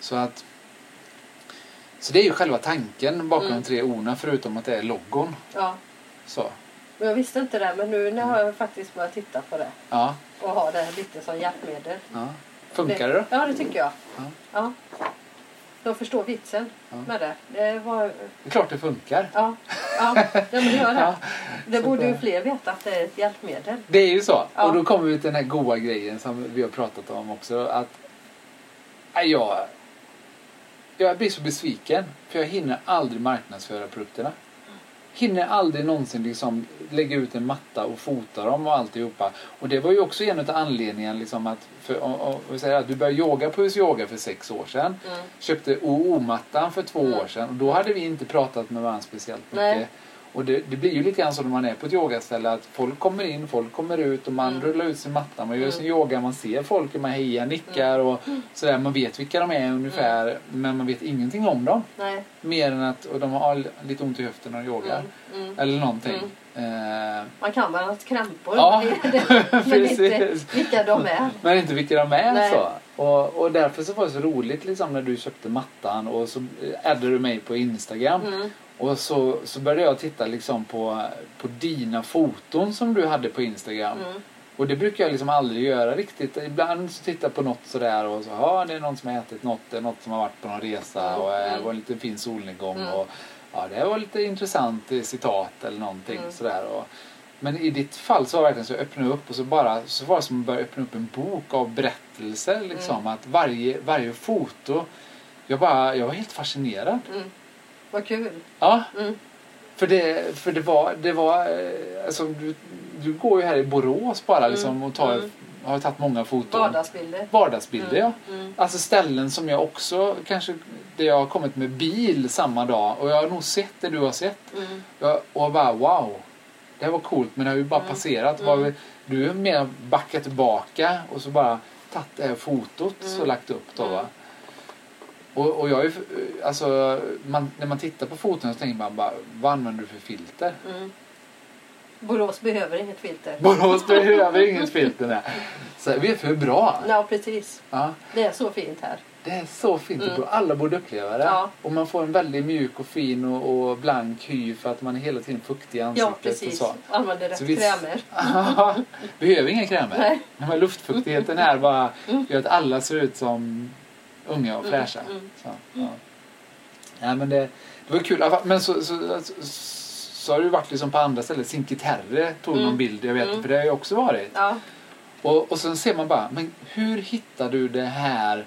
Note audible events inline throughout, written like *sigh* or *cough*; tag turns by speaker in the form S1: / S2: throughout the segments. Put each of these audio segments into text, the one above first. S1: Så att så det är ju själva tanken bakom de tre orna förutom att det är logon.
S2: Ja.
S1: Så.
S2: Men jag visste inte det, men nu när har jag faktiskt börjat titta på det
S1: Ja,
S2: och ha det lite som hjälpmedel.
S1: ja. Funkar det då?
S2: Ja, det tycker jag.
S1: Ja.
S2: Ja. De förstår vitsen
S1: Ja.
S2: med det. Det var...
S1: Det är klart det funkar.
S2: Ja, ja. ja men det gör
S1: *laughs*
S2: det.
S1: Ja,
S2: det
S1: så
S2: borde ju
S1: det-
S2: fler veta att det är ett hjälpmedel.
S1: Det är ju så.
S2: Ja.
S1: Och då kommer vi till den här goa grejen som vi har pratat om också. Att Nej, jag, jag blir så besviken för jag hinner aldrig marknadsföra produkterna. Hinner aldrig någonsin liksom lägga ut en matta och fota dem och alltihopa. Och det var ju också en av anledningarna liksom att, för, om- om vi säger att du började yoga på Hus Yoga för sex år sedan.
S2: Mm.
S1: köpte OO-mattan för två
S2: Mm.
S1: år sedan och då hade vi inte pratat med varandra speciellt mycket.
S2: Nej.
S1: Och det, det blir ju lite grann så när man är på ett yogaställe att folk kommer in, folk kommer ut och man
S2: Mm.
S1: rullar ut sin matta, man gör
S2: Mm.
S1: sin yoga, man ser folk, man hejar, nickar och sådär. Man vet vilka de är ungefär
S2: Mm.
S1: men man vet ingenting om dem.
S2: Nej.
S1: Mer än att och de har lite ont i höften när de yogar.
S2: Mm. Mm.
S1: Eller någonting. Eh,
S2: Man kan bland annat krämpor. *laughs*
S1: Ja,
S2: Det- det- men inte
S1: precis.
S2: vilka de är.
S1: Men inte vilka de är
S2: Nej.
S1: så. Och, och därför så var det så roligt liksom när du köpte mattan och så eh, addade du mig på Instagram.
S2: Mm.
S1: Och så, så började jag titta liksom på, på dina foton som du hade på Instagram.
S2: Mm.
S1: Och det brukar jag liksom aldrig göra riktigt. Ibland så tittar jag på något sådär och så ja det är någon som har ätit något, det är något som har varit på någon resa och eh, det var en liten fin solnedgång
S2: Mm.
S1: och ja det var lite intressant eh, citat eller någonting
S2: Mm.
S1: sådär. Och, men i ditt fall så var det verkligen så jag öppnade upp och så bara så var det som att börja öppna upp en bok av berättelser liksom.
S2: Mm.
S1: Att varje, varje foto, jag, bara, jag var helt fascinerad.
S2: Mm. Vad kul.
S1: Ja,
S2: Mm.
S1: för det, för det var, det var eh, alltså, du, du går ju här i Borås bara liksom, och tar,
S2: Mm.
S1: har tagit många foton.
S2: Vardagsbilder.
S1: Vardagsbilder ja.
S2: Mm.
S1: Alltså ställen som jag också kanske, där jag har kommit med bil samma dag och jag har nog sett det du har sett.
S2: Mm.
S1: Jag, och jag bara wow, det här var coolt men det har ju bara passerat.
S2: Mm.
S1: Vad vi- du har mer backat tillbaka och så bara tagit det här fotot
S2: Mm.
S1: så lagt upp då va. Och, och jag är, ju- alltså, man, när man tittar på foton så tänker man bara, vad använder du för filter? *laughs*
S2: Mm. Borås behöver inget filter.
S1: Borås behöver inget filter. Nej. Så vi är för bra.
S2: Ja, precis.
S1: Ja,
S2: Det är så fint här.
S1: det är så fint. och bra. Alla borde uppleva det.
S2: Mm. Ja.
S1: Och man får en väldigt mjuk och fin och, och blank hy för att man är hela tiden fuktig i ansiktet.
S2: Ja, precis.
S1: Och så.
S2: Använder rätt
S1: Så vi-
S2: krämer.
S1: *laughs* Behöver inga krämer.
S2: Nej.
S1: Den här luftfuktigheten här bara gör att alla ser ut som unga och fräscha.
S2: mm.
S1: Så, ja. Nej, men det, det var kul. I alla fall, Men så, så, så, så har det ju varit liksom på andra ställen. Cinque Terre tog
S2: Mm.
S1: någon bild, jag vet för det har jag också varit.
S2: Ja.
S1: Och, och sen ser man bara, men hur hittar du det här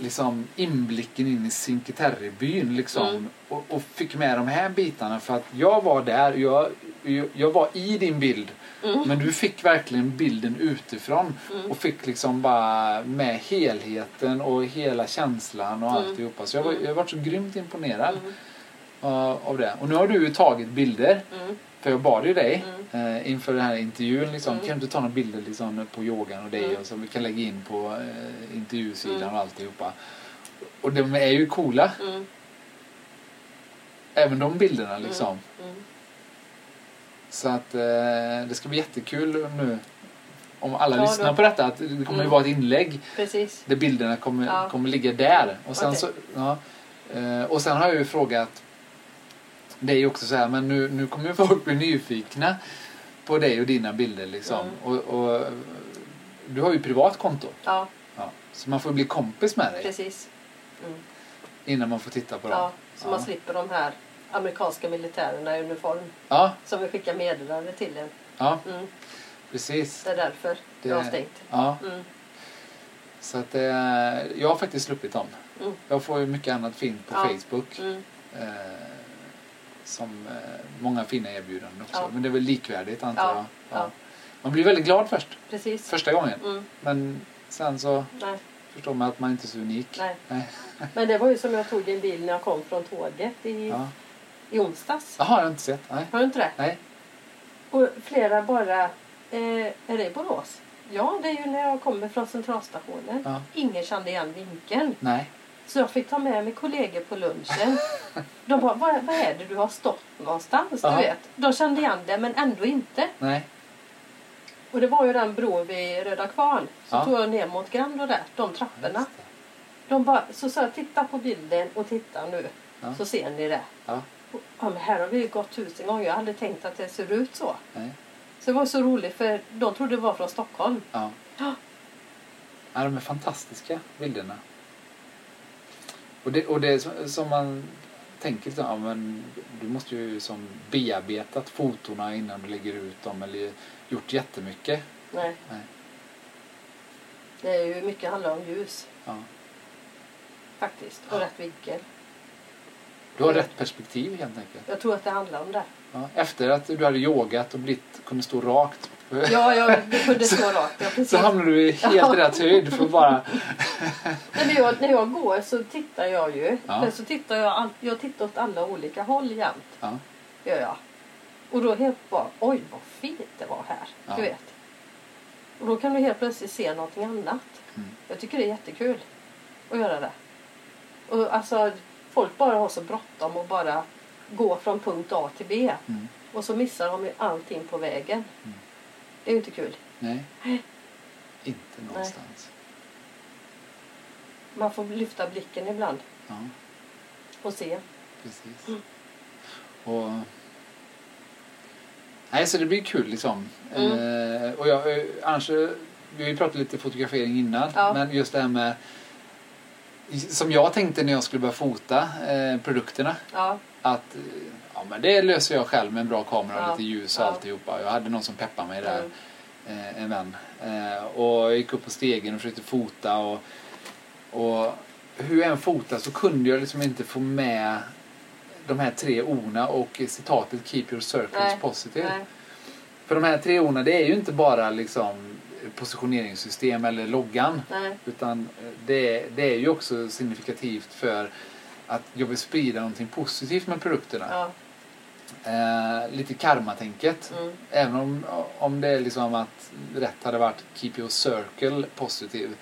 S1: liksom inblicken in i Cinque Terre-byn liksom? Och, och fick med de här bitarna för att jag var där, jag, jag, jag var i din bild. Men du fick verkligen bilden utifrån och fick liksom bara med helheten och hela känslan och alltihopa. Så jag var, jag var så grymt imponerad eh, av det. Och nu har du ju tagit bilder.
S2: Mm.
S1: För jag bad ju dig eh, inför den här intervjun liksom,
S2: Mm.
S1: kan du inte ta några bilder liksom, på yogan och dig och så vi kan lägga in på eh, intervjusidan och alltihopa. Och de är ju coola,
S2: Mm.
S1: även de bilderna liksom.
S2: Mm.
S1: Så att eh, det ska bli jättekul nu om alla
S2: Ja,
S1: lyssnar
S2: då.
S1: på detta. Att det kommer ju
S2: Mm.
S1: vara ett inlägg
S2: Precis.
S1: där bilderna kommer,
S2: Ja.
S1: kommer ligga där. Och sen,
S2: Okej.
S1: så, ja, eh, och sen har jag ju frågat dig också så här, men nu, nu kommer ju folk bli nyfikna på dig och dina bilder liksom.
S2: Mm.
S1: Och, och, du har ju privat konto.
S2: Ja,
S1: Ja. Så man får bli kompis med dig
S2: precis. Mm.
S1: innan man får titta på dem.
S2: Ja, så man
S1: Ja.
S2: slipper de här amerikanska militärerna i uniform
S1: Ja,
S2: som vill skicka meddelande till en.
S1: ja,
S2: Mm.
S1: precis.
S2: Det är därför
S1: Det-
S2: jag har stängt.
S1: Ja,
S2: Mm.
S1: så att eh, jag har faktiskt sluppit dem.
S2: Mm.
S1: Jag får ju mycket annat fint på
S2: Ja.
S1: Facebook.
S2: Mm.
S1: Eh, som eh, många fina erbjudanden också.
S2: Ja.
S1: Men det är väl likvärdigt antar
S2: Ja,
S1: jag.
S2: ja.
S1: Man blir väldigt glad först,
S2: Precis.
S1: första gången.
S2: Mm.
S1: Men sen så
S2: Nej.
S1: förstår man att man inte är så unik.
S2: Nej. Men det var ju som jag tog en bild när jag kom från tåget i,
S1: Ja.
S2: i onsdags.
S1: Jaha, jag har inte sett. Nej.
S2: Har du inte det?
S1: Nej.
S2: Och flera bara, eh, är det i Borås? Ja, det är ju när jag kommer från centralstationen.
S1: Ja.
S2: Ingen kände igen vinkeln.
S1: Nej.
S2: Så jag fick ta med mig kollegor
S1: *laughs*
S2: på lunchen. De bara, vad, vad är det du har stått någonstans?
S1: Ja.
S2: Du vet. De kände igen det, men ändå inte.
S1: Nej.
S2: Och det var ju den bron vid Röda Kvarn. Så
S1: Ja.
S2: tog jag ner mot Grand och där, de trapporna. De bara, så sa jag, titta på bilden och titta nu.
S1: Ja.
S2: Så ser ni det.
S1: Ja.
S2: Och, Ja, men här har vi ju gått tusen gånger. Jag hade tänkt att det ser ut så.
S1: Nej.
S2: Så det var så roligt för de trodde det var från Stockholm.
S1: Ja.
S2: Ja.
S1: ja, de är fantastiska bilderna. Och det, och det är som- som man tänker så, ja, men du måste ju som bearbetat fotona innan du lägger ut dem eller gjort jättemycket.
S2: Nej.
S1: Nej.
S2: Det är ju mycket handlar om ljus
S1: Ja.
S2: faktiskt. Och
S1: Ja.
S2: rätt vinkel.
S1: Du har rätt perspektiv helt enkelt.
S2: Jag tror att det handlar om det.
S1: Ja. Efter att du hade yogat och blivit, kunde stå rakt
S2: Ja, jag det *laughs* kunde stå rakt. Ja,
S1: *laughs* så
S2: precis.
S1: hamnar du i helt rätt höjd för att
S2: *laughs*
S1: bara...
S2: Men när, jag, när jag går så tittar jag ju.
S1: Ja.
S2: Men så tittar jag, all, jag tittar åt alla olika håll jämt.
S1: Ja.
S2: Gör jag. Och då helt bara, oj vad fint det var här.
S1: Ja.
S2: Du vet. Och då kan du helt plötsligt se någonting annat.
S1: Mm.
S2: Jag tycker det är jättekul att göra det. Och alltså, folk bara har så bråttom och bara gå från punkt A till B.
S1: Mm.
S2: Och så missar de ju allting på vägen.
S1: Mm.
S2: Det är ju inte kul.
S1: Nej. Inte någonstans.
S2: Man får lyfta blicken ibland
S1: Ja,
S2: och se.
S1: precis.
S2: Mm.
S1: Och... Nej, så det blir kul liksom.
S2: Mm.
S1: Eh, och jag, eh, annars, eh, vi pratade lite fotografering innan,
S2: Ja.
S1: men just det här med som jag tänkte när jag skulle börja fota eh, produkterna.
S2: Ja,
S1: Att eh, ja, men det löser jag själv med en bra kamera och
S2: Ja.
S1: lite ljus och
S2: Ja.
S1: alltihopa. Jag hade någon som peppade mig där.
S2: Mm.
S1: eh, en vän. Eh, och jag gick upp på stegen och försökte fota och, och hur jag än fotade så kunde jag liksom inte få med de här tre orna och citatet Keep your circles
S2: Nej,
S1: positive.
S2: nej.
S1: För de här tre orna det är ju inte bara liksom positioneringssystem eller loggan.
S2: nej.
S1: Utan eh, det, det är ju också signifikativt för att jag vill sprida någonting positivt med produkterna.
S2: Ja.
S1: Eh, lite karmatänket.
S2: Mm.
S1: Även om, om det är liksom att rätt hade varit keep your circle positiv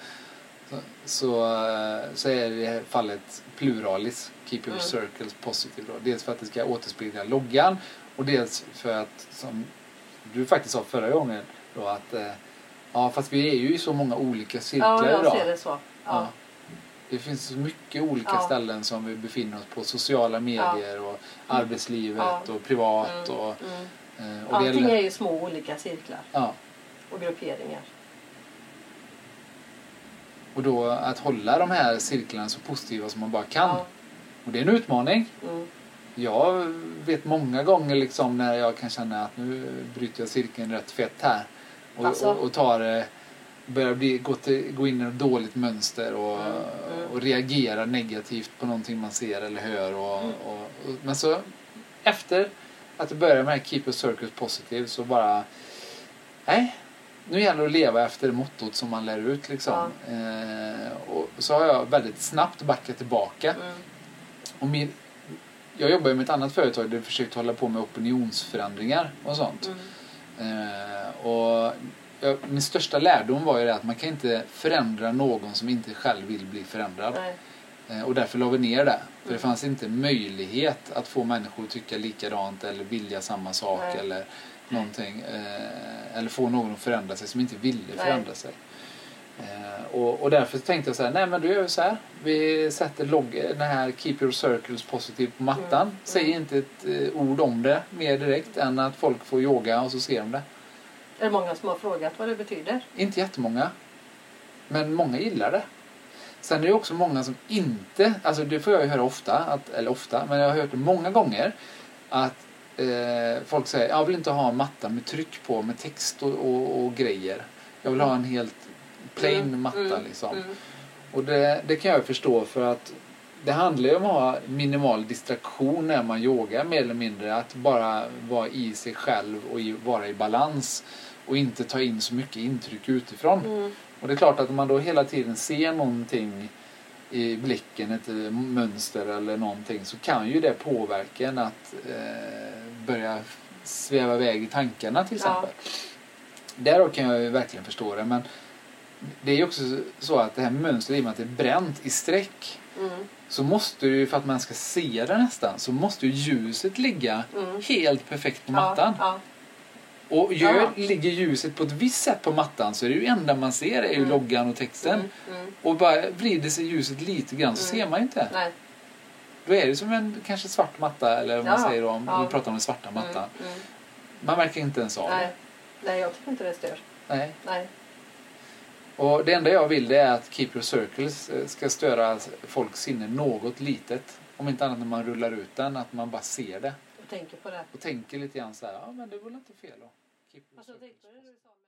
S1: så, så, eh, så är det i det här fallet pluralis keep your
S2: Mm.
S1: circles positive. Då. Dels för att det ska återspegla loggan och dels för att som du faktiskt sa förra gången då att eh, ja fast vi är ju i så många olika cirklar
S2: ja, jag
S1: idag.
S2: ser det så.
S1: Ja.
S2: Ja.
S1: Det finns så mycket olika
S2: Ja.
S1: ställen som vi befinner oss på. Sociala medier och arbetslivet
S2: Ja.
S1: och privat. Och,
S2: Mm.
S1: eh, och det
S2: Allting
S1: gäller-
S2: är ju små olika cirklar
S1: Ja.
S2: och grupperingar.
S1: Och då att hålla de här cirklarna så positiva som man bara kan.
S2: Ja.
S1: Och det är en utmaning.
S2: Mm.
S1: Jag vet många gånger liksom när jag kan känna att nu bryter jag cirkeln rätt fett här. Och,
S2: Alltså.
S1: och, och tar, eh, börjar bli, gå, till, gå in i ett dåligt mönster och,
S2: Mm, mm.
S1: och reagera negativt på någonting man ser eller hör. Och,
S2: Mm.
S1: och, och, men så efter att jag började med det här Keep your circles positive så bara nej, nu gäller det att leva efter mottot som man lär ut liksom. Eh, och så har jag väldigt snabbt backat tillbaka.
S2: Mm.
S1: Och min, jag jobbar ju med ett annat företag där jag försökte hålla på med opinionsförändringar och sånt.
S2: Mm.
S1: Eh, och jag, min största lärdom var ju det att man kan inte förändra någon som inte själv vill bli förändrad.
S2: Nej.
S1: Eh, och därför la vi ner det. För det
S2: Mm.
S1: fanns inte möjlighet att få människor att tycka likadant eller vilja samma sak
S2: Nej.
S1: eller någonting. Eh, eller få någon att förändra sig som inte ville
S2: Nej.
S1: förändra sig. Eh, och, och därför tänkte jag så här, nej men du gör vi så här. Vi sätter log- den här Keep Your Circles Positive på mattan.
S2: Mm.
S1: Säg inte ett eh, ord om det mer direkt än att folk får yoga och så ser de det.
S2: Är det många som har frågat vad det betyder?
S1: Inte jättemånga. Men många gillar det. Sen är det också många som inte, alltså det får jag ju höra ofta, att, eller ofta, men jag har hört det många gånger att eh, folk säger jag vill inte ha en matta med tryck på med text och, och, och grejer. Jag vill ha en helt plain
S2: Mm,
S1: matta
S2: mm,
S1: liksom.
S2: Mm.
S1: Och det, det kan jag förstå för att det handlar ju om att ha minimal distraktion när man yogar mer eller mindre. Att bara vara i sig själv och i, vara i balans. Och inte ta in så mycket intryck utifrån.
S2: Mm.
S1: Och det är klart att om man då hela tiden ser någonting i blicken, ett eh, mönster eller någonting så kan ju det påverka en att eh, börja sväva iväg i tankarna till
S2: Ja.
S1: exempel. Därav kan jag ju verkligen förstå det men det är ju också så att det här mönstret i och med att det är bränt i streck
S2: Mm.
S1: så måste ju, för att man ska se det nästan, så måste ju ljuset ligga
S2: Mm.
S1: helt perfekt på
S2: Ja,
S1: mattan.
S2: ja.
S1: Och gör,
S2: Ja.
S1: ligger ljuset på ett visst sätt på mattan så är det ju enda man ser är ju
S2: Mm.
S1: loggan och texten.
S2: Mm, mm.
S1: Och bara vrider sig ljuset lite grann så
S2: Mm.
S1: ser man ju inte.
S2: Nej.
S1: Då är det som en kanske svart matta eller vad man
S2: Ja,
S1: säger då, om
S2: ja.
S1: vi pratar om den svarta
S2: Mm,
S1: mattan.
S2: mm.
S1: Man märker inte ens av det.
S2: Nej. Nej, jag tycker inte det stör.
S1: Nej.
S2: Nej.
S1: Och det enda jag vill det är att Keep Your Circles eh, ska störa folks sinne något litet. Om inte annat när man rullar ut den, att man bara ser det.
S2: Jag tänker på det.
S1: Och tänker lite grann så här, ja men det var väl inte fel då. Keep your
S2: Alltså,
S1: circles.
S2: det är-